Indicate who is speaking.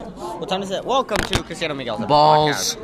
Speaker 1: What time is it? Welcome to Cristiano Miguel's
Speaker 2: Balls.
Speaker 1: podcast.